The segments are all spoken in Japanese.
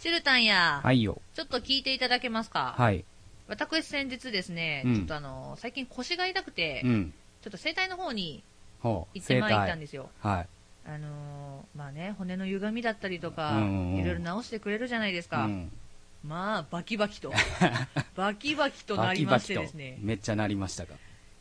シルタンや、はいよ。ちょっと聞いていただけますか、はい。私先日ですね、うんちょっとあの、最近腰が痛くて、うん。ちょっと整体の方にほう。行ってまいったん整ですよ。体はい。あのーまあね、骨の歪みだったりとか、うんうんうんいろいろ直してくれるじゃないですうか。ん。まあ、バキバキ と。バキバキとなバりキまバしてキとですね。。めっちゃなりましたか。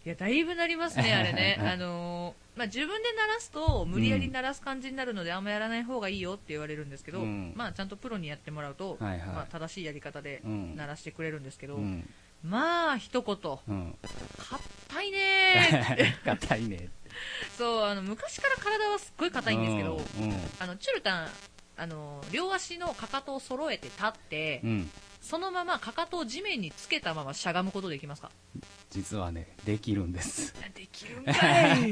いや、だいぶなりますね、あれ ね。あのーまあ、自分で鳴らすと、無理やり鳴らす感じになるので、あんまやらない方がいいよって言われるんですけど、うんまあ、ちゃんとプロにやってもらうと、はいはいまあ、正しいやり方でうん鳴らしてくれるんですけど、うん。まあ、一言、硬 うん。い ねーって。硬いね。そう、あの、昔から体はすっごい硬いんですけど、うん。あの、チュルタン、あの、両足のかかとを揃えて立って、うん。うん。そのままかかとを地面につけたまましゃがむことできますか実はね、できるんです。 できるんかい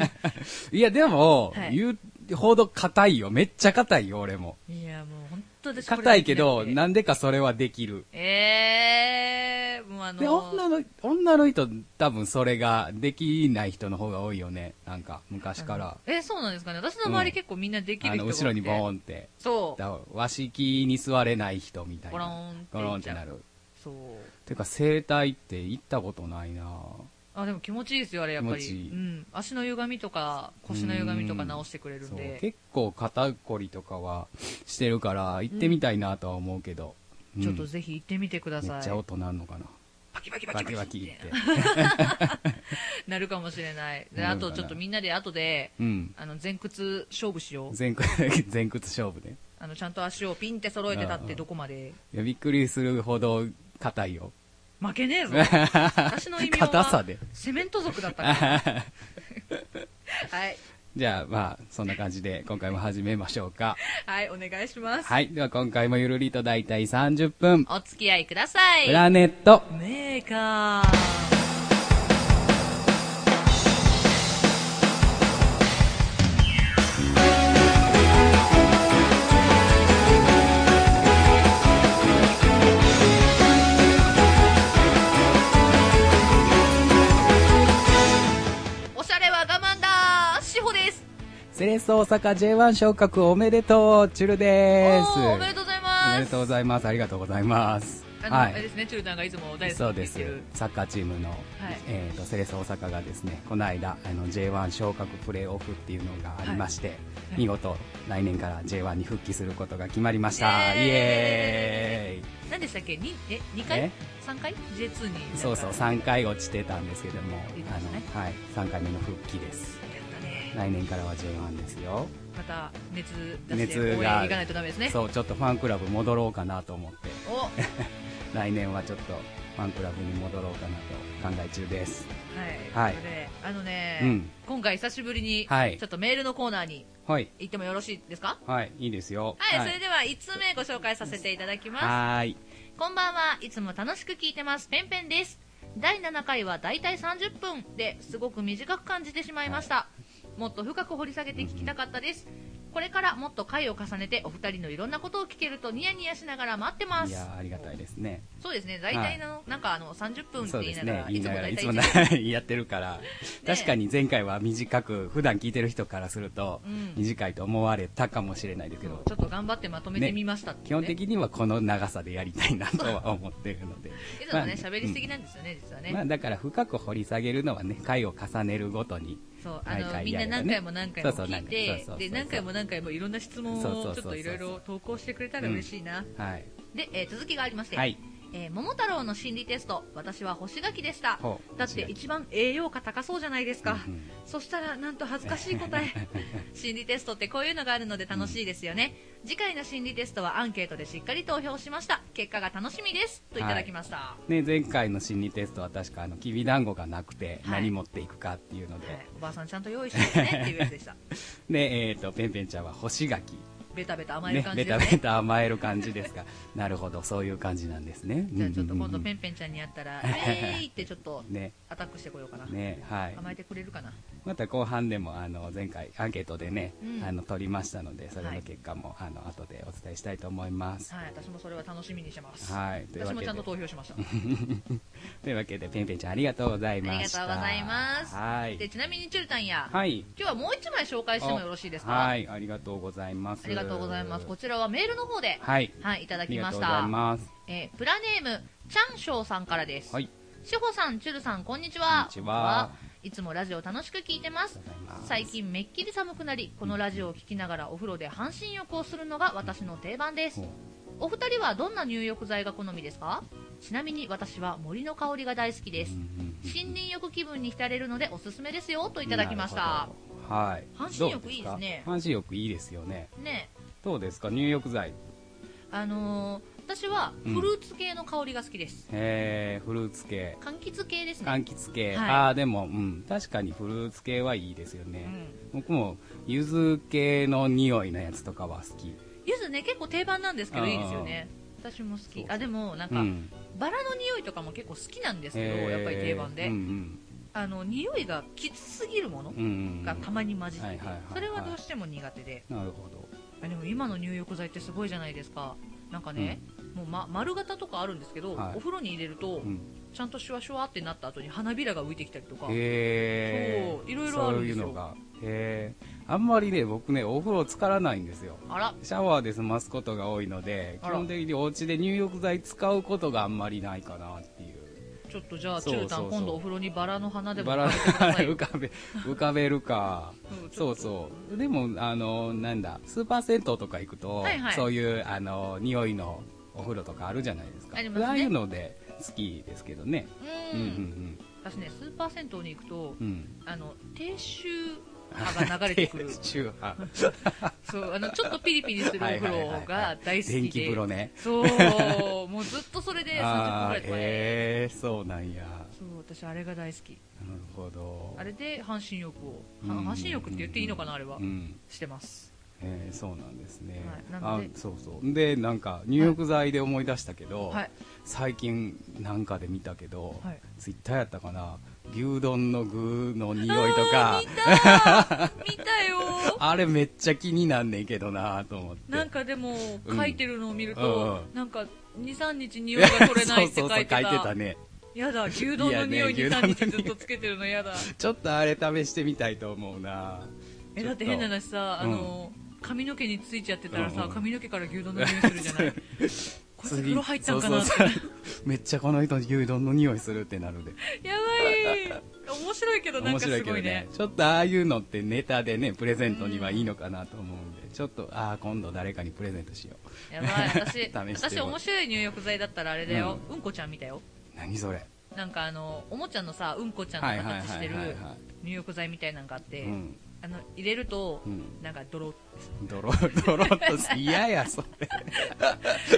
いや、でも、はい言うほど硬いよ。めっちゃ硬いよ、俺も。 いや、もう本当で硬いけど、な、なんでかそれはできる。えー、もうあので、女の、女の人、多分それができない人の方が多いよね。なんか、昔かあら。のえ、そうなんですかね私の周り結構みんなできるあ人がの、多くて後ろにボーンって。そう。だ和式に座れない人みたいな。ゴローンってゴローンってなる。そう。てか、整体って行ったことないなあ、でも気持ちいいですよ、あれ、やっぱり。気持ちいいうん。足の歪みとか、腰の歪みとか直してくれるんそうで。結構肩こりとかはしてるから、行ってみたいなとは思うけど。うんちょっとぜひ行ってみてください。めっちゃ音なんのかな。バキバキババキキババキキっってて。なるかもしれない。で、なあるかなとちょっとみんなで後で、うん。あの、前屈勝負しよう。前屈、 前屈勝負ね。あの、ちゃんと足をピンって揃えて立っうんうてんどこまで。いや、びっくりするほど硬いよ。負け ねえぞ。私の異名硬さは、で。セメント族だった から。はい。じゃあ、まあ、そんな感じで、今回も始めましょうか。はい、お願いします。はい。では、今回もゆるりと大体30分。お付き合いください。プラネット。メーカー。おしゃれは我慢だ志保ですセレッソ大阪 J1 昇格おめでとう、チュルでーす。おーおめでとうございおめまでとすうございます。ありがとうございます。あの、あれですね、チュルタンがいつも大そ好うきにで言っすてる。サッカーチームの、えー、とセレッソ大阪がですねこの間あの J1 昇格プレーオフっていうのがありまして、い見事来年から J1 に復帰することが決まりました、イエーイイエ何でしたっけにえ2ーイ回ね ?3 回 ?J2 になんかそうそう3回落ちてたんですけども言ってましたねあの、はい、3回目の復帰ですやったね来年からは J1 ですよ、また熱出して熱が応援行かないとダメですねそうちょっとファンクラブ戻ろうかなと思っておは来年はちょっとファンクラブに戻ろうかなと考え中ですい、 はいということであのね、うん今回久しぶりに、はいちょっとメールのコーナーにはい行ってもよろしいですかはいいいですよはい、それでは1通目ご紹介させていただきますはーいこんばんはいつも楽しく聞いてますペンペンです第7回はだいたい30分ですごく短く感じてしまいました、もっと深く掘り下げて聞きたかったですこれからもっと回を重ねてお二人のいろんなことを聞けるとニヤニヤしながら待ってまいすやーありがたいですね。そうですね大体の、なんかあの30分ってそ言うでいすながねら、。言いながら、いつも大体ない やってるから、確かに前回は短く、普段聞いてる人からするとうん、短いと思われたかもしれないで一すけ日そどう、ちょっと頑張ってまとめてみましたって基いうね、本的にはこの長さでやりたいなとは思ってるので。いつもねまあ喋りすぎなんですよね、実はね、まあだから深く掘り下げるのはね、回を重ねるごとに、そうあ毎の回みんな何回も何回もそうそ聞いうなんかてそうそうそうで何回も何回もいろんな質問そうそうそをうちそょうっといろいろ投稿してくれたら嬉しいなはい。で、えー続きがありまして、はい。えー桃太郎の心理テスト私は干し柿でしたほうだって一番栄養価高そうじゃないですか、うんうんそしたらなんと恥ずかしい答 え心理テストってこういうのがあるので楽しいですよね、次回の心理テストはアンケートでしっかり投票しました結果が楽しみですといただきました、ね、前回の心理テストは確か、あの、きび団子がなくて、はい何持っていくかっていうのではい、おばあさんちゃんと用意して ねっていうやつでしたで、えっと、ぺんぺんちゃんは干し柿。ベタベタ甘えるね、感じベでタすねベタ甘える感じですか なるほどそういう感じなんですねじゃあちょっとうんう今んうん度ペンペンちゃんにやったら「えーい!」ってちょっとねアタックしてこようかな、ねはい甘えてくれるかなまた後半でもあの前回アンケートでね、うんあの取りましたのでそれはのい結果も、あの後でお伝えしたいと思いますはい私もそれは楽しみにしてます、はいという私わもけちでゃんと投票しましたというわけでペンペンちゃんありがとうございあまりがしとたうございます。はいでちなみにチュルタンや、はい今日はもう一枚紹介してもよろしいですか。はいありがとうございますありがととうございます。こちらはメールの方で、はい。はい、いたあだきりがまとしうござたい。ます。えープラネーム、ちゃんしょうさんからです。はい。しほさん、ちゅるさん、こんにちは。こんにちはいつもラジオ楽しく聞いてますありがとうございます最近めっきり寒くなりこのラジオを聞きながらお風呂で半身浴をするのが私の定番ですおお二人はどんな入浴剤が好みですかちなみに私は森の香りが大好きですうんうんうん森林浴気分に浸れるのでおすすめですよといただきましたなるほど。はい。半身どう浴いいですねか半身浴いいですよね。ねどうですか入浴剤。あのー私はうんフルーツ系の香りが好きです、えー、フルーツ系。柑橘系ですね柑橘系。はいああ、でも、うん。確かにフルーツ系はいいですよね。僕も、柚子系の匂いのやつとかは好き。ゆずね結構定番なんですけどあーいいですよね私も好きそうそうあでもなんうか、ん。バラの匂いとかも結構好きなんですけど、えーやっぱり定番で、うんうんあの匂いがきつすぎるものうんうん。がたまに混じってて、はいはいはいはいそれはどうしても苦手でなるほど。あでも今の入浴剤ってすごいじゃないですかなんかね、もう、ま、丸型とかあるんですけど、はいお風呂に入れると、うん。ちゃんとシュワシュワってなった後に花びらが浮いてきたりとか、へそういろいろあるんですよそういうのがへーあんまりね僕ねお風呂浸からないんですよあらシャワーで済ますことが多いのであ基ら本的にお家で入浴剤使うことがあんまりないかなっていうちょっとじゃあそうそうそうチュータン今度お風呂にバラの花でもバラかけてください 浮かべ浮かべるかうんちょっそうとそうでもあのなんだスーパー銭湯とか行くと、はいはいそういうあの匂いのお風呂とかあるじゃないですかありますねああいうので好きですけどねううんん私ねスーパー銭湯に行くと、うんうんうんあの低周波が流れてく る中波そう、あの、ちょっとピリピリするお風呂が大好きで。電気風呂ねそう、 もうずっとそれで30分あくあらーいとかね。へえそうなんやそう、私あれが大好き。なるほどあれで半身浴を、うん半半身浴って言っていいのかな、あれは。うんしてます。えーそうなんですね、はいなのであそうそうでなんか入浴剤で思い出したけど、はい。最近なんかで見たけど、はいツイッターやったかな牛丼の具の匂いとあかー 見た見たよあれめっちゃ気になんねんけどなと思ってなんかでも、うん書いてるのを見るうんとう、んなんか、2、3日匂いが取れないって書 そうそうそう書いいててたた。ねやだ、牛丼の匂い2、いやね3日ずっとつけてるのやだ。ちょっとあれ試してみたいと思うなえちだょっとて変な話さ、あうんの髪の毛についちゃってたらさ、うんうん髪の毛から牛丼の匂いするじゃない こいつ風呂入ったんかなそうそうそうめっちゃこの人牛丼の匂いするってなるで やばい面白いけどなん面かす白いけごどいねねちょっとああいうのってネタでねプレゼントにはいいのかなと思うんで、ちょっとああ今度誰かにプレゼントしようやばい私 試して私も面白い入浴剤だったらあれだよ、うん、こちゃん見たよ何それなんかあのおもちゃのさうんこちゃんの形してる入浴剤みたいなのがあって、うんあの入れると、うんなんかドロッ泥泥っとす嫌やそれ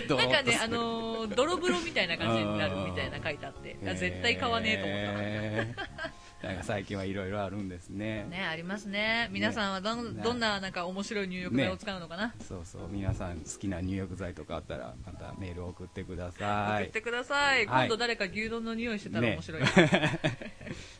ドロなんかッとね、すあるのー泥風呂みたいな感じになるみたいな書いてあって、あ絶対買わねえと思った。えーなんか最近はいろいろあるんですねね、ありますね。皆さんはどん,、ねどんななんか面白い入浴剤を使うのかな、そうそう皆さん好きな入浴剤とかあったらまたメール送ってくださ送いってください。はい今度誰か牛丼の匂いしてたらね面白い。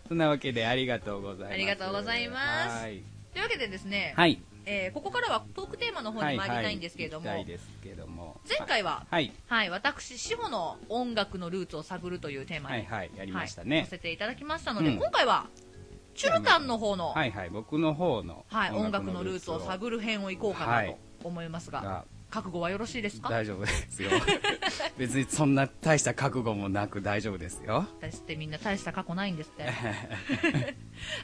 そんなわけでありがとうございますありがとうございますはいというわけでですね、はいえーここからはトークテーマの方に参りたいんですけれども、はいはい、行きたいですけれども前回は、はい、はい私、志保の音楽のルーツを探るというテーマに、ははいいはいやりましたさねせていただきましたので、うん今回は、チュルタンの方の、は、はいいはい僕の方の音楽のルーツを探る編をいこうかなと思いますが、が覚悟はよろしいですか大丈夫ですよ 別にそんな大した覚悟もなく大丈夫ですよ私ってみんな大した過去ないんですって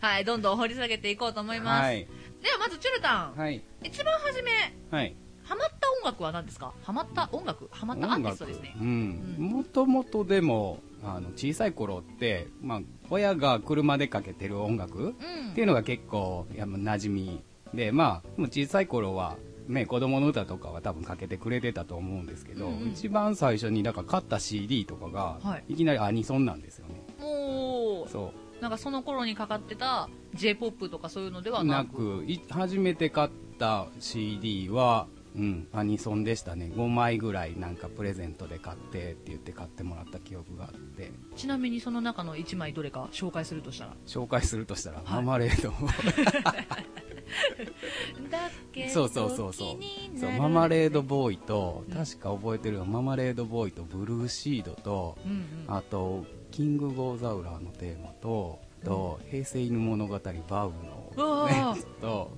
はいどんどん掘り下げていこうと思います、はいではまずチュルタン、はい一番初めはいハマった音楽は何ですかハマった音楽ハマったアーティストですねうんうんもともとでもあの小さい頃って、まあ、親が車でかけてる音楽うんっていうのが結構やっぱ馴染みでまあでも小さい頃はね子供の歌とかは多分かけてくれてたと思うんですけど、うんうん一番最初にだから買った CD とかが、、はいきなりアニソンなんですよねもうそなんかその頃にかかってた j p o p とかそういうのではうななくくい初めて買った CD はうん、アニソンでしたね5枚ぐらいなんかプレゼントで買ってって言って買ってもらった記憶があってちなみにその中の1枚どれか紹介するとしたら紹介するとしたら「いママレード」だけどそうそうそうそうそうママレードボーイと確か覚えてるよママレードボーイとブルーシードとうんうんあとキング・ゴーザウラーのテーマとと「平成犬物語バウの」うわーやつと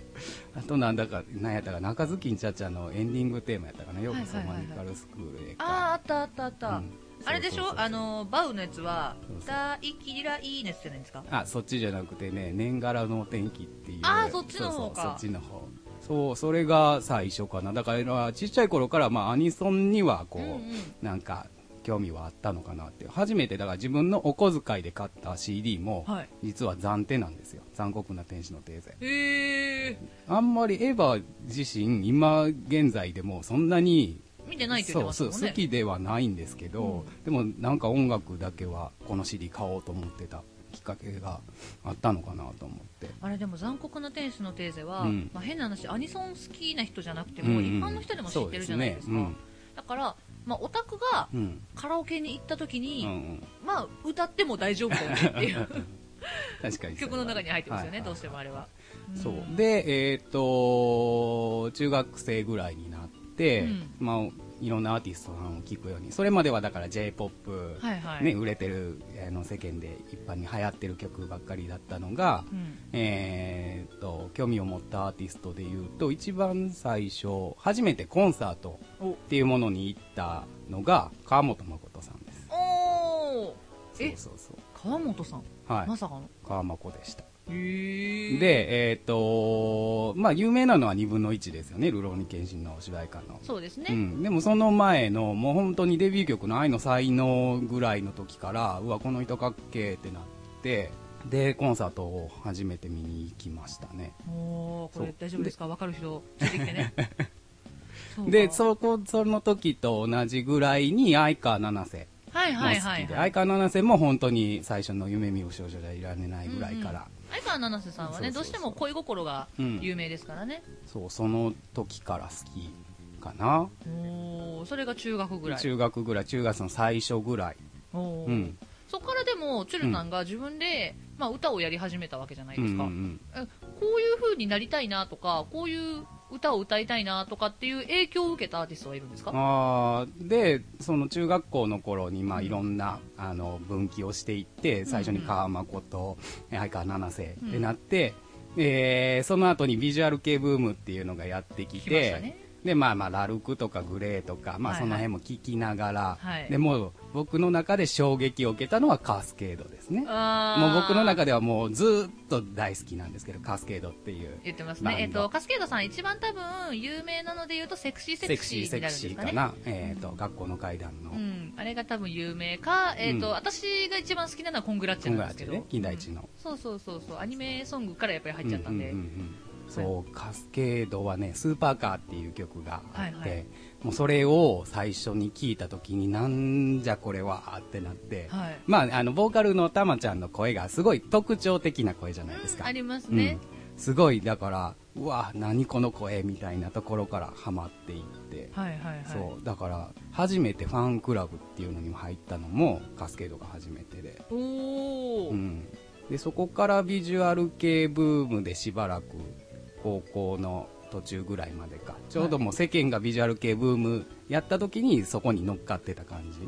あとなんだかなんやったか中月んちゃちゃのエンディングテーマやったかな「ようこそはいはいはいマはいニカルスクールへか」あああったあったあった、うんあれでしそうそうょそうあのバウのやつはそうそう大嫌いのやつじゃないですかあそっちじゃなくてね年がらのお天気っていうあーそっちの方かそうそうそっちの方そうそれが最初かなだからちっちゃい頃から、まあ、アニソンにはこう、うんうんなんか興味はあったのかなって初めてだから自分のお小遣いで買った CD も、はい実は暫定なんですよ残酷な天使のテーゼへえあんまりエヴァ自身今現在でもそんなに見てないって言ってましたそうもんそうね好きではないんですけど、でもなんか音楽だけはこの CD 買おうと思ってたきっかけがあったのかなと思ってあれでも残酷な天使のテーゼは、うんまあ、変な話アニソン好きな人じゃなくてうんも、うん一般の人でも知ってるじゃないですかそうですねだから、まあ、オタクがうんカラオケに行った時うんに、うんまあ歌っても大丈夫だ よねっていう確かにそれは曲の中に入ってますよね、はいはいはいどうしてもあれは、そんうでえーっ、と中学生ぐらいになって、うんまあ、いろんなアーティストさんを聞くようにそれまではだから j p o p、はいはい、ね、売れてるあの世間で一般に流行ってる曲ばっかりだったのが、うんえーっと興味を持ったアーティストでいうと一番最初初めてコンサートっていうものに行ったのが川本誠さんですおおえそうそうそ川本さん、うはいまさかの川誠でしたへえで、えっ、とまあ、有名なのは2分の1ですよね、ルローニケンシンの主題歌の。そうですね、うん、でもその前の、もう本当にデビュー曲の愛の才能ぐらいの時から、うわ、この人かっけーってなって、で、コンサートを初めて見に行きましたね。おおこそれう大丈夫ですか分かる人出てきてねそうかで、そこ、その時と同じぐらいに、相川七瀬はいもはい好はい、きで、はい相、川七瀬も本当に最初の夢見る少女じゃいられないぐらいから、相川七瀬さんはねそうそうそうどうしても恋心が有名ですからね、そう、その時から好きかな。おーそれが中学ぐらい中学ぐらい、中学の最初ぐらい。おーうん。そこからでもチュルさんが自分で、まあ、歌をやり始めたわけじゃないですか、うんうんうんえこういう風になりたいなとかこういう歌を歌いたいなとかっていう影響を受けたアーティストはいるんですかあーでその中学校の頃にまあうんいろんな、あの分岐をしていって最初に川誠、相川七瀬うんってなって、えーその後にビジュアル系ブームっていうのがやってき聞きましてたねでまあまあラルクとかグレーとか、まあ、はいはいその辺も聞きながら、はいでもう僕の中で衝撃を受けたのはカースケードですねあーもう僕の中ではもうずーっと大好きなんですけどカースケードっていう言ってますバンね、ドえっと、カスケードさん、一番多分有名なので言うと、セクシーセセククシーシーセになクるんシですーかかね、な、えー、と学校の階段の、うん、あれが多分有名か、えっとうん私が一番好きなのはコングラッチェコンなグんですラチけェど、ね金田一の、そうそうそうそう、アニメソングからやっぱり入っちゃったんで、うんうんうんそうカスケードはね「スーパーカー」っていう曲があって、はいはいもうそれを最初に聞いた時になんじゃこれはってなって、はい、まああのボーカルのたまちゃんの声がすごい特徴的な声じゃないですか、うんありますうんね、すごいだからうわ何この声みたいなところからハマっていって、はいはいはい、そうだから初めてファンクラブっていうのにも入ったのもカスケードが初めてでおー、うん、でそこからビジュアル系ブームでしばらく高校の途中ぐらいまでかちょうどもう世間がビジュアル系ブームやった時にそこに乗っかってた感じ、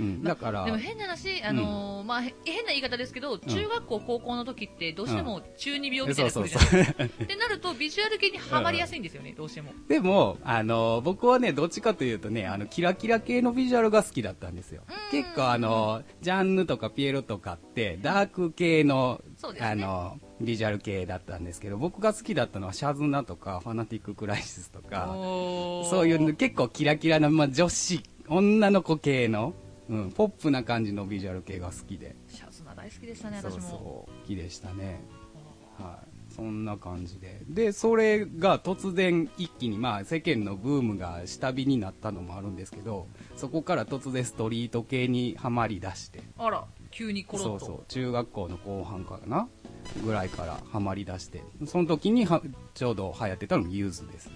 ううんん、まあだから、でも変な話、あのーまあ、へ変な言い方ですけど、中学校、高校の時って、どうしても中二病みたいそうなそ感じうそゃなういってなると、ビジュアル系にはまりやすいんですよね、どうしても。でもあの僕はねどっちかというとねあのキラキラ系のビジュアルが好きだったんですようん結構あのジャンヌとかピエロとかってダーク系の,、そうですねあのビジュアル系だったんですけど僕が好きだったのはシャズナとかファナティック・クライシスとかおーそういう結構キラキラな、まあ、女子、女の子系の、うん、ポップな感じのビジュアル系が好きで、シャツナ大好きでしたね、そう私も。そう、好きでしたね。はい。そんな感じで。で、それが突然一気に、まあ世間のブームが下火になったのもあるんですけど、そこから突然ストリート系にはまり出して、あら、急にコロッそと。うそう、中学校の後半かなぐらいからはまり出して、その時にはちょうど流行ってたのがユーズです。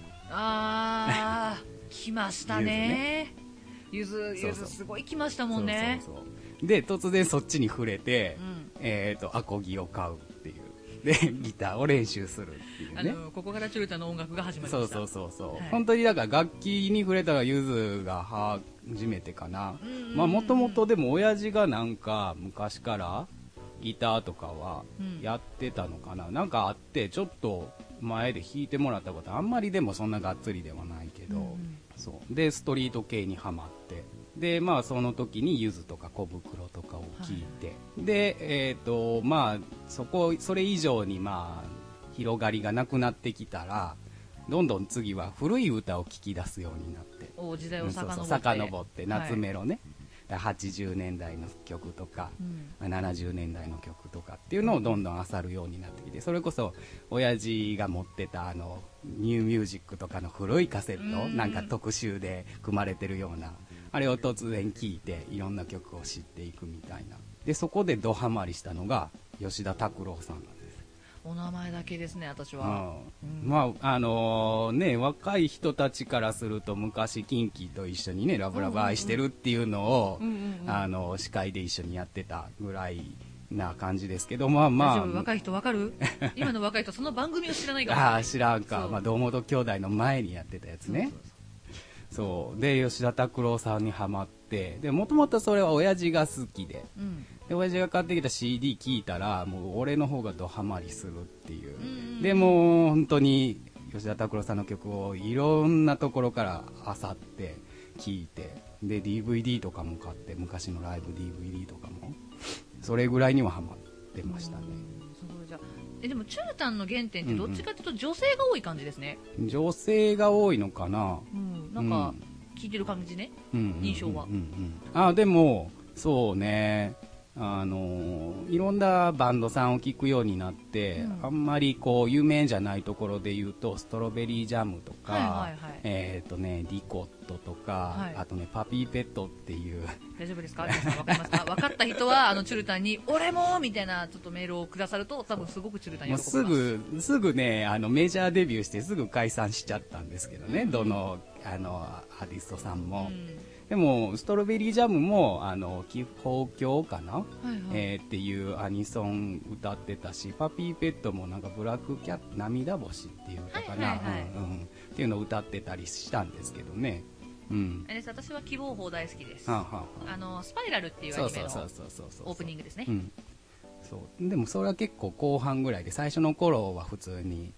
あ ー、来ましたね。ゆず、そうゆそうずすごい来ましたもんね。そうそうそうで突然そっちに触れて、うんえっ、とアコギを買うっていうでギターを練習するっていうあねの、ここからチュルタの音楽が始まりまそうした。そうそうそう、はい本当にだから楽器に触れたのはゆずが初めてかなうんうんうんまあもともとでも親父がなんか昔からギターとかはうんやってたのかな、なんかあってちょっと前で弾いてもらったことあんまりでもそんながっつりではないけど、うんうんそうでストリート系にはまってでまあその時にゆずとか小袋とかを聞いて、でえっ、とまあそこそれ以上にまあ広がりがなくなってきたらどんどん次は古い歌を聴き出すようになってお時代うをんそう遡ってそう遡ってはい夏メロね、80年代の曲とか、うん70年代の曲とかっていうのをどんどん漁るようになってきてそれこそ親父が持ってたあのニューミュージックとかの古いカセッうトんなんか特集で組まれてるようなあれを突然聴いていろんな曲を知っていくみたいなでそこでドハマりしたのが吉田拓郎さんなんですお名前だけですね私はうんまああのね若い人たちからすると昔キンキと一緒にねラブラブ愛してるっていうのを、うんうんうんあの司会で一緒にやってたぐらいな感じですけどまあま大あ丈夫若い人わかる今の若い人その番組を知らないかもしれ あなあい知らんかそうまあ堂本兄弟の前にやってたやつねそうで吉田拓郎さんにはまってでもともとそれは親父が好きでうんで親父が買ってきた CD 聞いたらもう俺の方がドハマりするっていう、うんうんでもう本当に吉田拓郎さんの曲をいろんなところからあさって聞いてで DVD とかも買って昔のライブ DVD とかもそれぐらいにはハマってましたねうんすごいじゃあえでもチュータンの原点ってどっちかっていうと女性が多い感じですね、女性が多いのかなうんなんか聞いてる感じね、うんうんうんうん印象はうんうんあでもそうねあのいろんなバンドさんを聞くようになって、うんあんまりこう有名じゃないところで言うとストロベリージャムとか、はいはいはいえっ、とねリコットとか、はいあとねパピーペットっていう大丈夫ですか皆さん分かりますか分かった人はあのチュルタンに「俺も!」みたいなちょっとメールをくださると多分すごくチュルタンにもう喜びますすぐすぐねあのメジャーデビューしてすぐ解散しちゃったんですけどね、どのあのアーティストさうんんも、はでもストロベリージャムもあの基本教かな、いはい、えーっていうアニソン歌ってたし、パピーペットもなんかブラックキャット、涙星っていう歌かはな、いはいはいうんうんっていうのを歌ってたりしたんですけどね。うんあ。れです私は希望法大好きですはああはあはあのスパイラルっていうアそうニそメうのそうそうそうそう。オープニングですねうん。そう。でもそれは結構後半ぐらいで、最初の頃は普通に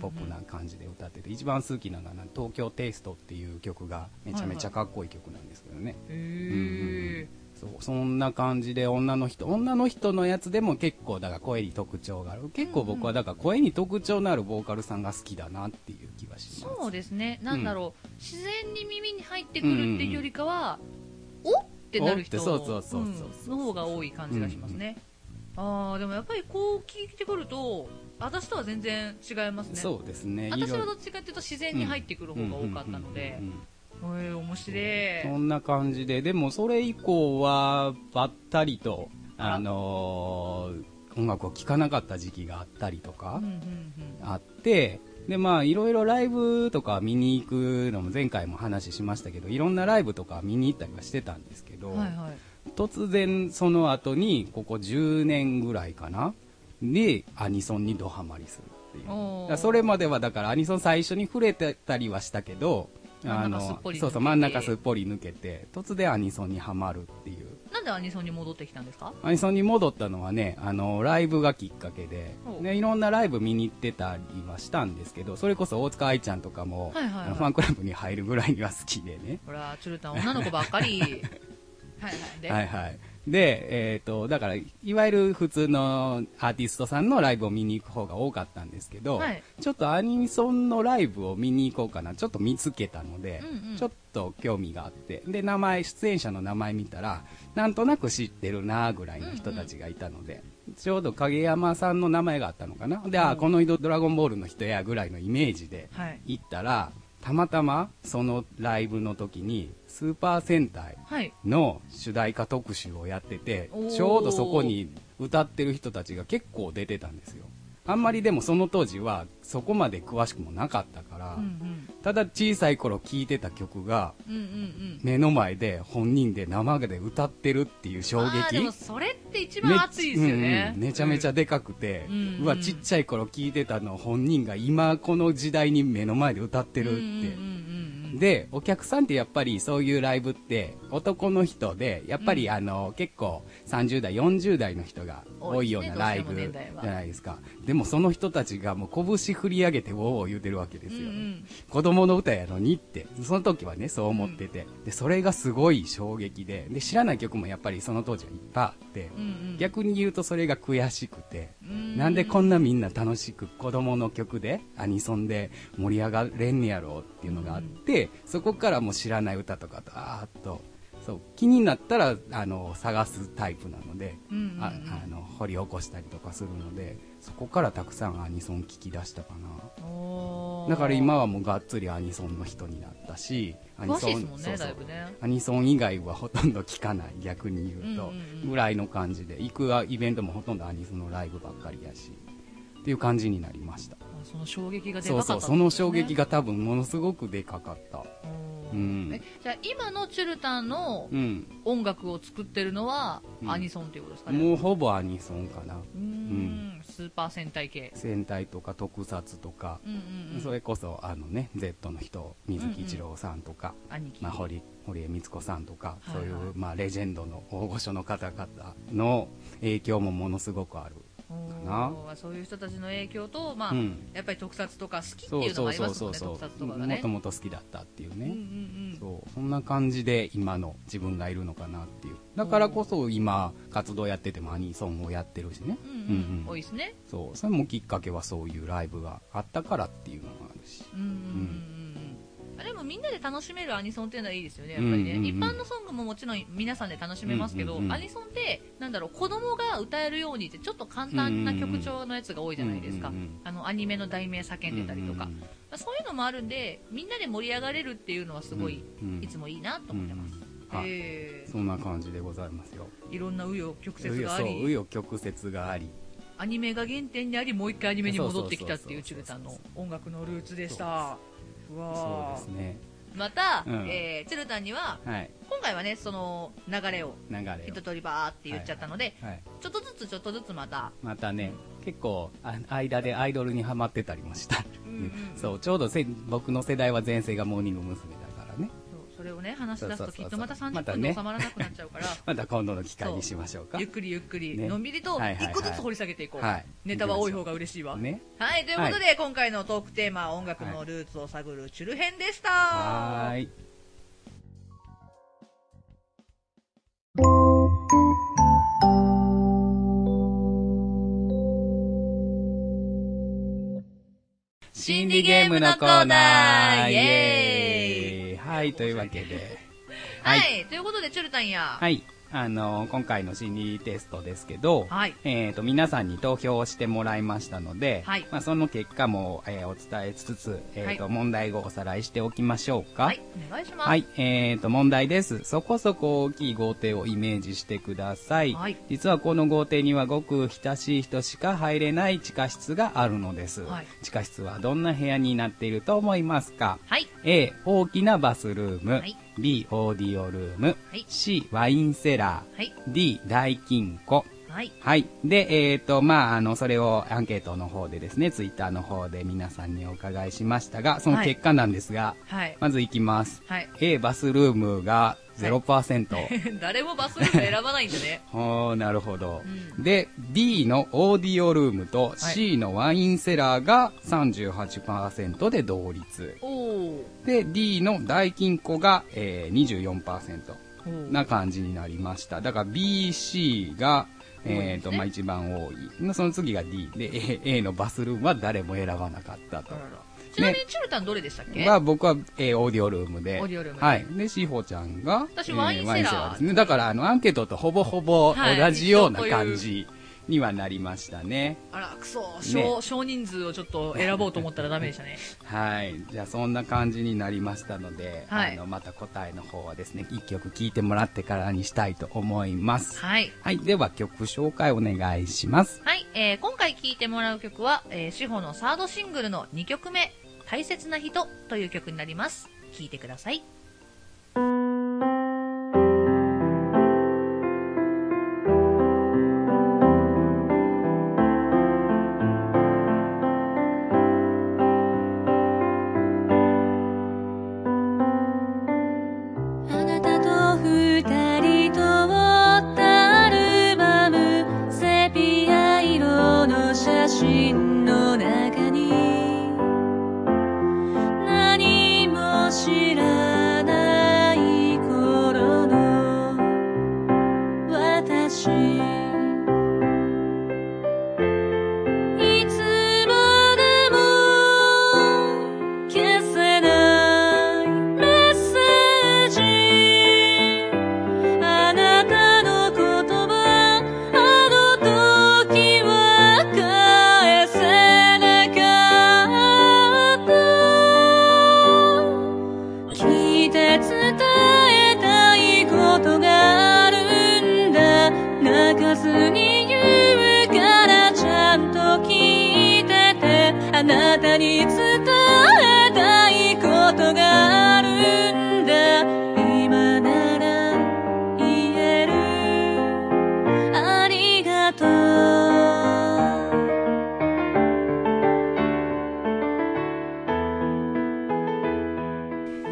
ポポップな感じで歌ってて、一番好きなのがな東京テイストっていう曲がめちゃめちゃかっこいい曲なんですけどね。へうんえそうそんな感じで女の人女の人のやつでも結構だから声に特徴がある結構僕はだから声に特徴のあるボーカルさんが好きだなっていう気はしますそうですねなんだろう、自然に耳に入ってくるっていうよりかは、おってなる人おってそうそうそうそううんの方が多い感じがしますね、ああでもやっぱりこう聞いてくると私とは全然違いますねそうですね私いろはいどろっちかっていうと自然に入ってくる方が多かったのでうんうんうんうんへえ面白そいんな感じででもそれ以降はばったりとあのー音楽を聴かなかった時期があったりとか、うんうんあって、で、まあ、いろいろライブとか見に行くのも前回も話しましたけど、いろんなライブとか見に行ったりはしてたんですけど、うんはいはい突然その後に、ここ10年ぐらいかな、で、アニソンにドハマりするっていう。だおーからそれまではだからアニソン最初に触れてたりはしたけど、真ん中すっぽり抜けてそうそう、真ん中すっぽり抜けて、突然アニソンにはまるっていう。なんでアニソンに戻ってきたんですかアニソンに戻ったのはね、あの、ライブがきっかけで、ほうね、いろんなライブ見に行ってたりはしたんですけど、それこそ大塚愛ちゃんとかも、はいはいはいあのファンクラブに入るぐらいには好きでね。ほらチュルタン女の子ばっか りはいはいで、はいはい。で、えっ、と、だから、いわゆる普通のアーティストさんのライブを見に行く方が多かったんですけど、はいちょっとアニソンのライブを見に行こうかな、ちょっと見つけたので、うんうんちょっと興味があって、で、名前、出演者の名前見たら、なんとなく知ってるなぐらいの人たちがいたので、ちょうど影山さんの名前があったのかな。で、あ、この人ドラゴンボールの人やぐらいのイメージではい行ったら、たまたまそのライブの時に、スーパー戦隊、はいの主題歌特集をやってておーちょうどそこに歌ってる人たちが結構出てたんですよあんまりでもその当時はそこまで詳しくもなかったから、うんうんただ小さい頃聴いてた曲がうんうんうん目の前で本人で生で歌ってるっていう衝あーで撃もそれって一番熱いですよね、うんうんめちゃめちゃうんでかくて、ううんうんわちっちゃい頃聴いてたのを本人が今この時代に目の前で歌ってるって、うんうんうんうんで、お客さんってやっぱりそういうライブって男の人で、やっぱりあの、結構30代、40代の人が多いようなライ多ブいでじすねどうしても年代はゃないですか。でもその人たちがもう拳振り上げてウォーウォー言うてるわけですよ。うんうん子供の歌やのにって、その時はね、そう思ってて。で、それがすごい衝撃で、で、知らない曲もやっぱりその当時はいっぱいあって、うんうん逆に言うとそれが悔しくて、うんなんでこんなみんな楽しく子供の曲でアニソンで盛り上がれんねやろうっていうのがあって、そこからもう知らない歌とかだーっとそう気になったらあの探すタイプなので、うんうんうんああの掘り起こしたりとかするのでそこからたくさんアニソン聞き出したかなおーだから今はもうがっつりアニソンの人になったしアニ詳ソしンいですもんねそうそうだいぶねアニソン以外はほとんど聞かない逆に言ううとんうんうんぐらいの感じで行くイベントもほとんどアニソンのライブばっかりやしっていう感じになりましたあその衝撃がでかそかうったそんうですねその衝撃が多分ものすごくでかかったううんんえじゃあ今のチュルタンのうん音楽を作ってるのはうんアニソンということですかね、もうほぼアニソンかなうーんスーパー戦隊系、戦隊とか特撮とかうんうんうん、それこそあのね Z の人水木一郎さんとか、兄貴、まあ、堀堀江光子さんとか、はいはいそういう、まあ、レジェンドの大御所の方々の影響もものすごくあるおーなそういう人たちの影響と、まあうんやっぱり特撮とか好きってそいううのそもあうりそまうすそもんうね特そ撮うとかがもねともと好きだったっていううんうんね、うんそうそんな感じで今の自分がいるのかなっていうだからこそ今活動やっててもアニソンをやってるしねううんうんん多いですねそうそれもきっかけはそういうライブがあったからっていうのもあるしうんうんうんうんうんあでもみんなで楽しめるアニソンっていうのはいいですよね、やっぱりね、うんうんうん一般のソングももちろん皆さんで楽しめますけど、うんうんうんアニソンって、なんだろう、子供が歌えるようにって、ちょっと簡単な曲調のやつが多いじゃないですか、うんうんうんあのアニメの題名叫んでたりとか、うんうんまあ、そういうのもあるんで、みんなで盛り上がれるっていうのは、すごい、うんうんいつもいいなと思ってます。うんはいえそんな感じでございますよーいろんな紆余曲折紆があ余そう紆り、余曲折がありアニメが原点にあり、もう一回アニメに戻ってきたっていう、チそうュそルうそタうンそうの音楽のルーツでした。うそうわでーすねまた、うんえーチェルタンにははい今回はねその流れを流れ一通りバーって言っちゃったので、をはいちょっとずつちょっとずつまたまたね結構あ間でアイドルにハマってたりもした、んうんそうちょうどせ僕の世代は前世がモーニング娘。だからねそうそれをね話し出すそとうそうそうきそうっとまたま30た分でね収 まらなくなっちゃうから、また今度の機会にしましょうかゆっくりゆっくり、ねのんびりとはいはいはい一個ずつ掘り下げていこう、はいネタは多い方が嬉しいわ、ねはいということで、今回のトークテーマは音楽のルーツを探るチュル編でした、はーい心理ゲームのコーナーイエーイはい、というわけで。は、はいいということでチュルタンやはい、はい。あの、今回の心理テストですけど、はいえっ、と、皆さんに投票してもらいましたので、はいまあ、その結果も、えーお伝えしつつ、えっ、と、は問題をおさらいしておきましょうか。お願いします、はい、えー、と、問題です。そこそこ大きい豪邸をイメージしてください。はい実はこの豪邸にはごく親しい人しか入れない地下室があるのです。はい地下室はどんな部屋になっていると思いますかはい A、大きなバスルーム。はい B、オーディオルーム。はい C、ワインセラー。はい D、大金庫。はいはい。で、えっ、と、まあ、あの、それをアンケートの方でですね、ツイッターの方で皆さんにお伺いしましたが、その結果なんですが、はい、まずいきます。はい A バスルームが0%。誰もバスルーム選ばないんだねほーなるほど、うで D のオーディオルームと C のワインセラーが38%で同 率おおで D の大金庫が、えー、24%な感じになりましただから BC がえーと多いですねまあ、一番多いその次が D で A, A のバスルームは誰も選ばなかったと、ちなみにチュルタンどれでしたっけ、は僕は、えーオーディオルームで。オーディオルームではい。で、しほちゃんが。私えーワインセラーですね。だから、あの、アンケートとほぼほぼはい同じような感じにはなりましたね。あらくそ少,、ね少人数をちょっと選ぼうと思ったらダメでしたねはい。じゃあ、そんな感じになりましたので、はいあの、また答えの方はですね、一曲聴いてもらってからにしたいと思いま す。はいはい。では、曲紹介お願いします。はい、えー今回聴いてもらう曲は、えー、志保のサードシングルの2曲目「大切な人」という曲になります聴いてください「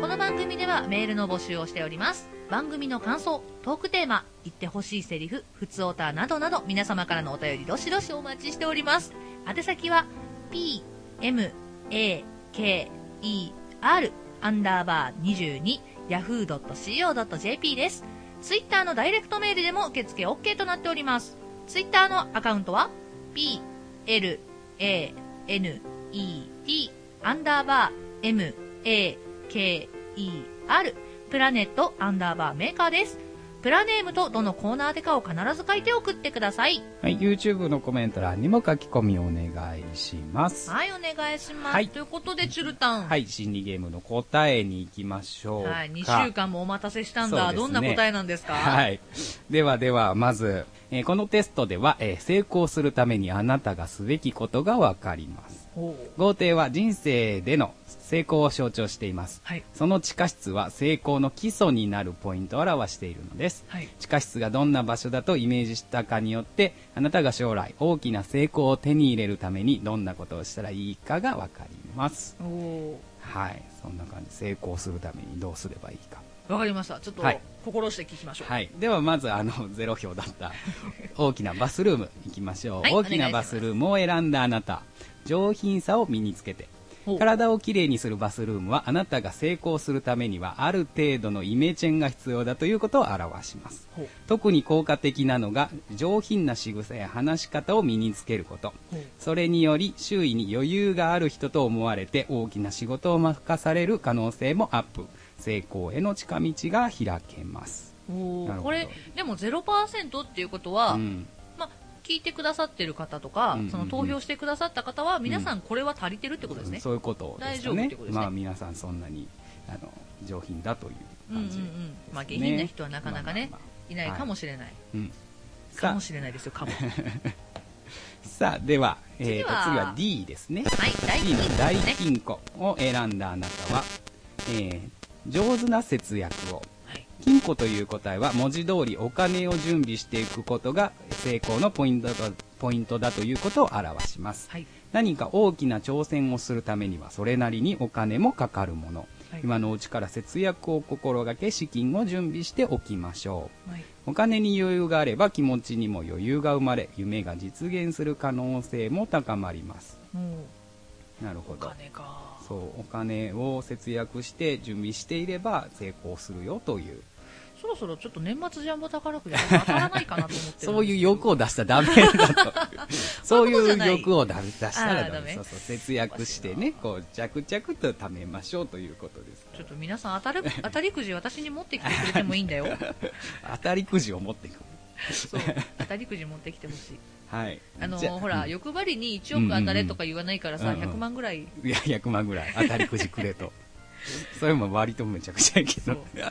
募集をしております番組の感想トークテーマ言ってほしいセリフ普通オタなどなど皆様からのお便りどしどしお待ちしております宛先は p m a k e r アンダーバー22 yahoo.co.jp ですツイッターのダイレクトメールでも受付 OK となっておりますツイッターのアカウントは p l a n e t アンダーバー m a k e r プラネットアンダーバーメーカーですプラネームとどのコーナーでかを必ず書いて送ってくださいはい、YouTube のコメント欄にも書き込みお願いします。はいお願いします、はいということでチュルタンはい、心理ゲームの答えに行きましょうか。はい、2週間もお待たせしたんだ、そうですねどんな答えなんですか、はい。ではでは、まず、えーこのテストでは、えー成功するためにあなたがすべきことがわかります。ほう豪邸は人生での成功を象徴しています。はいその地下室は成功の基礎になるポイントを表しているのです。はい地下室がどんな場所だとイメージしたかによって、あなたが将来大きな成功を手に入れるためにどんなことをしたらいいかがわかります。おおはい。そんな感じ。成功するためにどうすればいいか。わかりましたちょっと、はい心して聞きましょうはい、ではまずあの ゼロ票だった大きなバスルームいきましょう、はい大きなバスルームを選んだあなた上品さを身につけてほう体をきれいにするバスルームはあなたが成功するためにはある程度のイメチェンが必要だということを表しますほう特に効果的なのが上品な仕草や話し方を身につけることほうそれにより周囲に余裕がある人と思われて大きな仕事を任される可能性もアップ成功への近道が開けますおなるーほどこれでも0%っていうことは、うんまあ、聞いてくださってる方とか、うんうんうんその投票してくださった方は皆さんこれは足りてるってことですね、そういうこと大です丈よ夫っねてことですねまあ皆さんそんなにあの上品だといううんうんう感んじですね、まあ下品な人はなかなかね、まあまあいないかもしれない、まあうんかさもあしれないですよかもはいさあでは、えー、次とは次は D ですね大 D 金ので大すね金庫を選んだあなたは、えー上手な節約をはい金庫という答えは文字通りお金を準備していくことが成功のポイントだポイントだということを表しますはい何か大きな挑戦をするためにはそれなりにお金もかかるもの、はい今のうちから節約を心がけ資金を準備しておきましょはい、うお金に余裕があれば気持ちにも余裕が生まれ夢が実現する可能性も高まりますもうなるおほど金かそうお金を節約して準備していれば成功するよというそろそろちょっと年末ジャンボ宝くじは当たらないかなと思ってるんですけど そういう欲を出したらダメだ とそうそういうことじいゃうない欲を出したらあーダダメメそうそう節約してねこう着々と貯めましょうということですちょっと皆さん当たる当たりくじ私に持ってきてくれてもいいん だよ当たりくじを持っていくそう当たりくじ持ってきてほしいはいあのじーゃほらうんい欲張りに1億当たれとか言わないからさ、うんうん100万ぐらいや100万ぐらい当たりくじくれと それも割とめちゃくちゃいいけどそうそう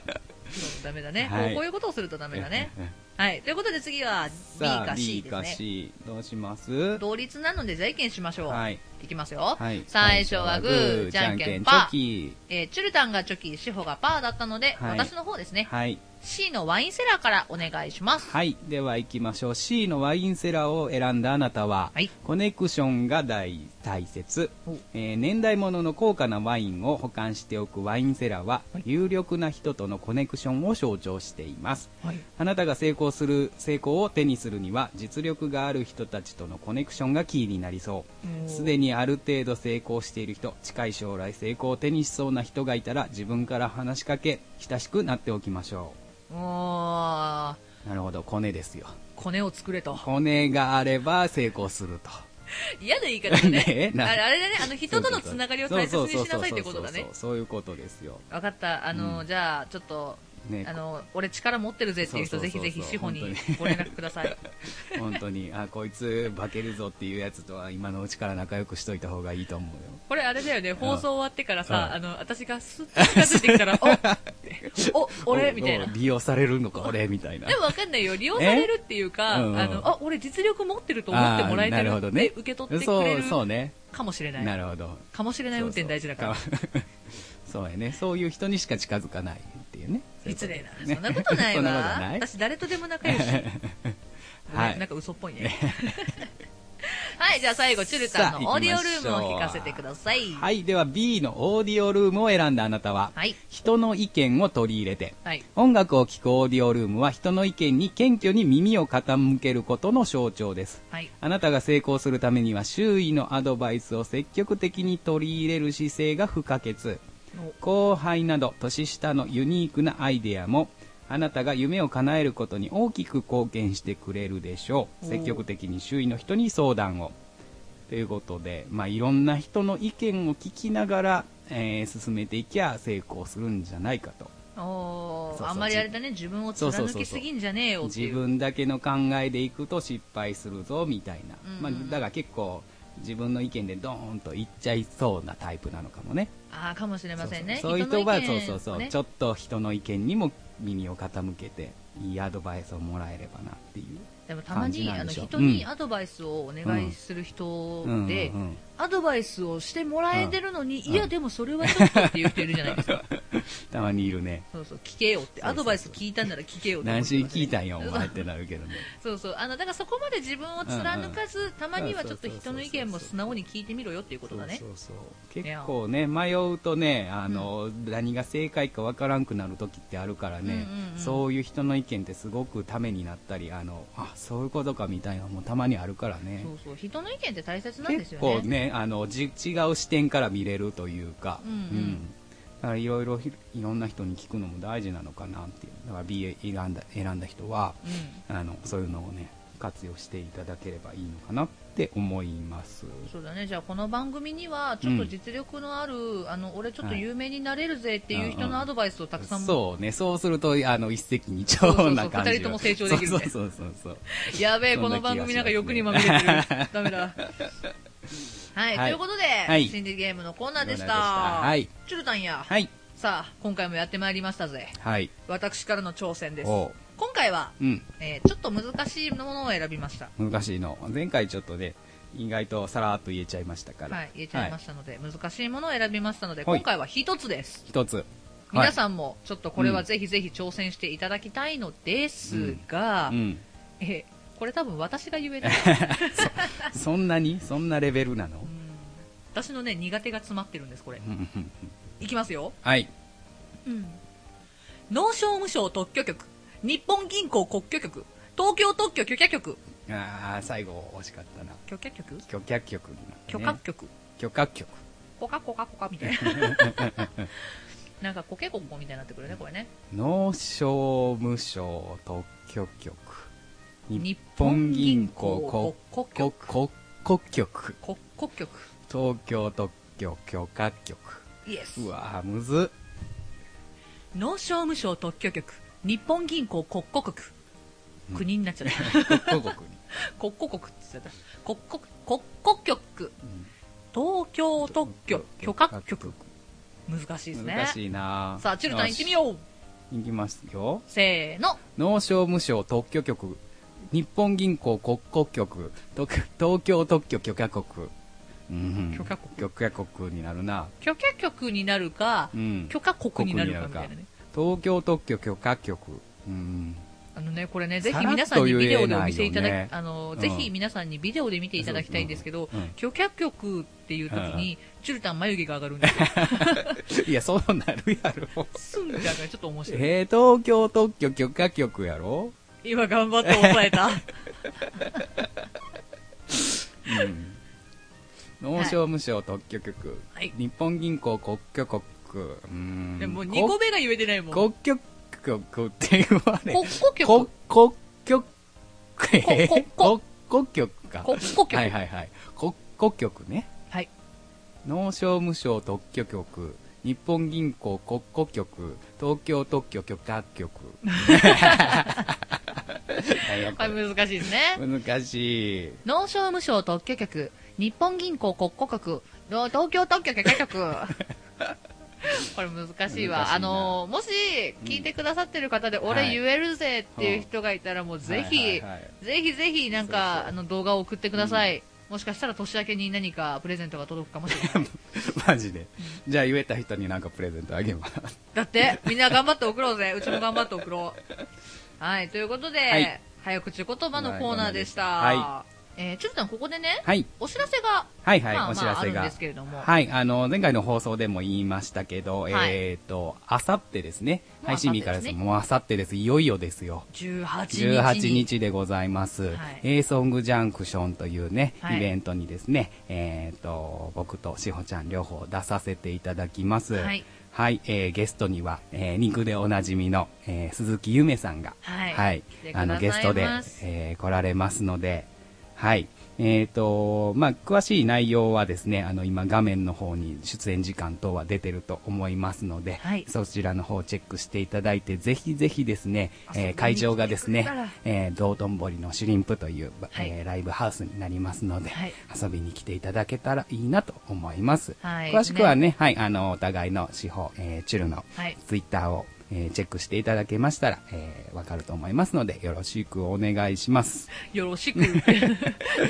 ダメだね、はいこうこういうことをするとダメだねはいということで次は B さあか B C ですかね C どうします同率なのでじゃんけんしましょう、、はいいきますよ、はい最初はグーじゃんけんパじゃんけんチョキー、えー、チュルタンがチョキシホがパーだったので、はい私の方ですね、はい C のワインセラーからお願いしますはいでは行きましょう C のワインセラーを選んだあなたは、はいコネクションが大大切お、えー年代物の高価なワインを保管しておくワインセラーは、はい有力な人とのコネクションを象徴していますはいあなたが成功する成功を手にするには実力がある人たちとのコネクションがキーになりそうおーすでにある程度成功している人近い将来成功を手にしそうな人がいたら自分から話しかけ親しくなっておきましょおーうなるほどコネですよコネを作れと コネがあれば成功すると嫌な言い方だねねえあなれあれだねあの人とのつながりを大切にしなさいってことだねそうそうそうそうそういうことですよ分かったあの、うんじゃあちょっとねあの俺力持ってるぜっていう人そうそぜうそひうぜひ志保に本ご連絡くださ い本 当にあこいつ化けるぞっていうやつとは今のうちから仲良くしといた方がいいと思うよこれあれだよね放送終わってからさ、うんあの私がスッと近づいてきた らおお俺おみたいなお利用されるのか俺みたいなでも分かんないよ利用されるっていうかえうんうんあのあ俺実力持ってると思ってもらえあーなてるるほっどてね受け取ってくれるそうそうねかもしれないなるほどかもしれない運転大事だからそうそうそうやねそういう人にしか近づかないっていうねそういうこ失とで礼な、すねそんなことないわそんなことない私誰とでも仲良しごめん はい なんか嘘っぽいねははい、じゃあ最後、チュルタンのオーディオルームを聞かせてください。はい。はい、では B のオーディオルームを選んだあなたは、はい。人の意見を取り入れて、はい。音楽を聴くオーディオルームは人の意見に謙虚に耳を傾けることの象徴です。はい。あなたが成功するためには周囲のアドバイスを積極的に取り入れる姿勢が不可欠。後輩など年下のユニークなアイデアもあなたが夢を叶えることに大きく貢献してくれるでしょうお積極的に周囲の人に相談をということで、まあ、いろんな人の意見を聞きながら、えー進めていきゃ成功するんじゃないかとおおーそうそうあんまりあれだね、自分をそう貫そうそうきそすうぎんじゃねえよってい自う。分だけの考えでいくと失敗するぞみたいな、うんまあ、だから結構自分の意見でドーンと言っちゃいそうなタイプなのかもねああ、かもしれませんね。そうそうそういう人のは意見そうそうそう、ねちょっと人の意見にも耳を傾けていいアドバイスをもらえればなっていうでもたま感じに、なあんの、でしょう人にアドバイスをお願いする人うんでう、んアドバイスをしてもらえてるのに、うんいや、でもそれはちょっとっていう人いるじゃないです か。たまにいるねそうそう、聞けよって。そうそうそうアドバイス聞いたんなら聞けよって思っ何て週ますね。聞いたんよお前ってなるけどねそうそうあのだからそこまで自分を貫かず、たまにはちょっと人の意見も素直に聞いてみろよっていうことだねそうそうそう結構ね迷うとねあの、何が正解かわからんくなる時ってあるからね、うんうんうんそういう人の意見ってすごくためになったりあのあそういうことかみたいなのもたまにあるからねそうそう人の意見って大切なんです結よ構ねねあのじ違う視点から見れるというか、うんうんだからいろいろひいろんな人に聞くのも大事なのかなっていうだから B 選んだ選んだ人はあのそういうのをね活用していただければいいのかなって思いますうんそうだねじゃあこの番組にはちょっと実力のある、あの俺ちょっと有名になれるぜっていう人のアドバイスをたくさん、そうねそうするとあの一石二そうそうそう鳥な感じが二人とも成長できるそみうたいなそうそうそうやべえそこんなの気が番しますね組なんか欲にまみれてるダメ だはい、はいということで、はい心理ゲームのコーナーでしたコーナーでしたはいチュルタンや、はいさあ今回もやってまいりましたぜはい私からの挑戦ですおう今回はうんえーちょっと難しいものを選びました。難しいの前回ちょっとね意外とさらっと言えちゃいましたからはい、言えちゃいまはしたので、難しいものを選びましたので、はい今回は一つです。一つ皆ん、さんもちょっとこれはぜひぜひ挑戦していただきたいのですが、はいうんえーこれ多分私が言えない。そんなにそんなレベルなのう、ん私のね、苦手が詰まってるんです、これ。うんうんうんいきますよ。はい。農商務省特許局、日本銀行国許局、東京特許許可局、ああ、最後惜しかったな。許可局許可局になって、許ね。可局。許可局。コカコカコカみたいな。なんかコケコッコみたいになってくるね、これね。農商務省特許局。日日本本銀銀行行国国国国国局。国国局東京特許許可局。イエスうわーむずっ。農商務省特許局日本銀行国庫局うん国になっちゃっ 国庫国に。た国庫国って言っちゃった国庫国庫局東京特許許可局難しいですね難しいなさあチュルタン行ってみう。よう行きますよ。せーの農商務省特許局日本銀行国庫局と東京特許許可局、うん、許可国許可国になるな、許可局になるかうん、許可国になるかみたいな国ね東京特許許可局、うん、あのねこれねぜひ皆さんにビデオでお見せいたださらっと言えないよねきあのうんぜひ皆さんにビデオで見ていただきたいんですけどうんうん許可局っていう時にチュルタン眉毛が上がるんです よいやそうなるやろすんじゃんがちょっと面白いえー、東京特許許可局やろ、今頑張って抑えたうん、農商務省特許局、はい日本銀行国許国、うん、でも2個目が言えてないもん国許局って言われ国庫局こ、こ、きょ、えここ こ、こ局か。国庫局はいはいはい。こ、こ局ね。はい農商務省特許局、日本銀行国庫局、東京特許許可局。何やここれれ難しいですね難しい。 農商務省特許局日本銀行国庫局の東京特許許可局 これ難しいわ難しいなあのもし聞いてくださってる方で、ん俺はい言えるぜっていう人がいたらもうぜひ、はいはいはいぜひぜひなんかそうそうあの動画を送ってください、もしかしたら年明けに何かプレゼントが届くかもしれないマジで。じゃあ言えた人になんかプレゼントあげます。だってみんな頑張って送ろう ぜうちも頑張って送ろうはいということで、はい早口言葉のコーナーでした、はえー、ちゅるたん、ここでね、はい。お知らせが、はいはい、まあお知らせまあ、あるんがです。けれども、はい、あの、前回の放送でも言いましたけど、いえっ、と、あさってですね、もう配信日からです。もうあさってです。いよいよですよ。 18 18日に日でございます、い A ソングジャンクションというね、はいイベントにですね、えっ、と、僕としほちゃん両方出させていただきます。はい。はいえーゲストには、えー肉でおなじみの、えー鈴木ゆめさんが、はい来てくださいあの、ゲストでます、えー来られますので、はい。えっ、と、まあ、詳しい内容はですね、あの、今画面の方に出演時間等は出てると思いますので、はいそちらの方をチェックしていただいて、ぜひぜひですね、遊びえにー来会場がですてくれたらね、えー道頓堀のシュリンプという、はいえーライブハウスになりますので、はい遊びに来ていただけたらいいなと思います。はい詳しくはね、はい、あの、お互いの司法、えーチュルのはいツイッターを、えーチェックしていただけましたら、えーわかると思いますので、よろしくお願いします。よろしく。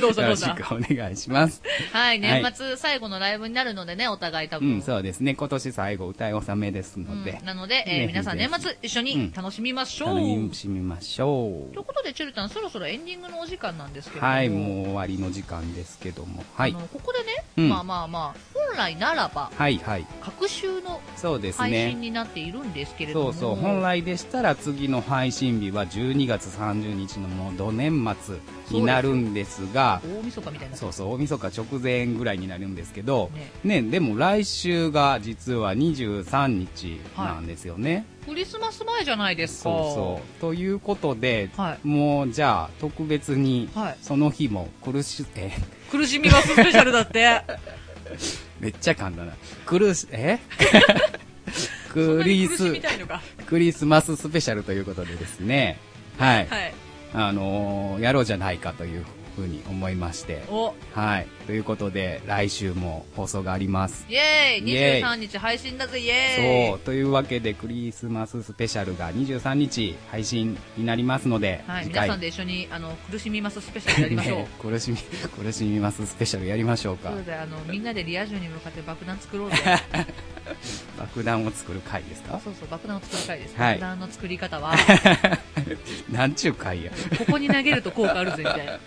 どうぞどよろうしぞ。くお願いし ます。はい、年末最後のライブになるのでね、お互い多う分。ん、そうですね。今年最後歌い納めですのでうん、なので、えーね皆さんぜ年ひぜひ末一緒うにん楽しみましょう。楽しみましょということで、チュルタン、そろそろエンディングのお時間なんですけう。れども。はい、もう終わりの時間ですけども。はいあ。のここでね、うんまあまあまあ、本来ならば、はい、はい。各週のそうです配信ね。になっているんですけれどそも。うそう。本来でしたら次の配信日は12月30日のもう土年末になるんですが、大晦日みたいな。そうそう、大晦日直前ぐらいになるんですけど、ねね、でも来週が実は23日なんですよね。クリスマス前じゃないですか。そうそう。ということで、はもうじゃあ特別にはいその日も苦し、 え、苦しみがスペシャルだって。めっちゃ簡単だな。苦し、えク リそんなに苦しスみ、たいのか。クリスマススペシャルということでですね、はい、はい。あのーやろうじゃないかというふうに思いまして、お、はい、ということで来週も放送があります。イエーイイエ !23 ーイ日配信だぜ、イエーイそう、というわけでクリスマススペシャルが23日配信になりますので、はい、皆さんで一緒にあの苦しみますスペシャルやりま しょう。ね苦しみ、苦しみますスペシャルやりましょうかそう。だよあのみんなでリア充に向かって爆弾作ろう ぜ爆弾を作る回ですかそうそう爆弾を作りたいです、はい爆弾の作り方はなんちゅう回や。ここに投げると効果あるぜみたいな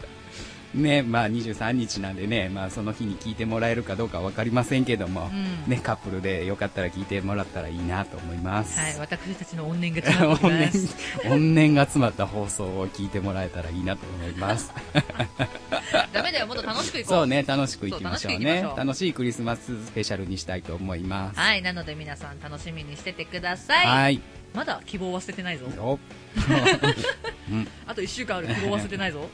ね、まあ23日なんでね、まあその日に聞いてもらえるかどうかわかりませんけども、うんね、カップルでよかったら聞いてもらったらいいなと思います。 はい私たちの怨念が詰まってお怨りま念す怨念が詰まった放送を聞いてもらえたらいいなと思います。 ダメだよもっと楽しくいこうそうね、楽しくいきましょうね。そう楽しくいきまし楽ょうしいクリスマススペシャルにしたいと思います。はいなので皆さん楽しみにしててください、はい。まだ希望は捨ててないぞよ うんあと1週間ある希望は捨ててないぞ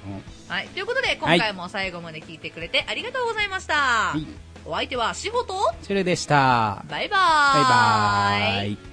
はいということで今回も最後まで聞いてくれてありがとうございました、はいお相手は志保とそれでした。バイバーイバイバイ。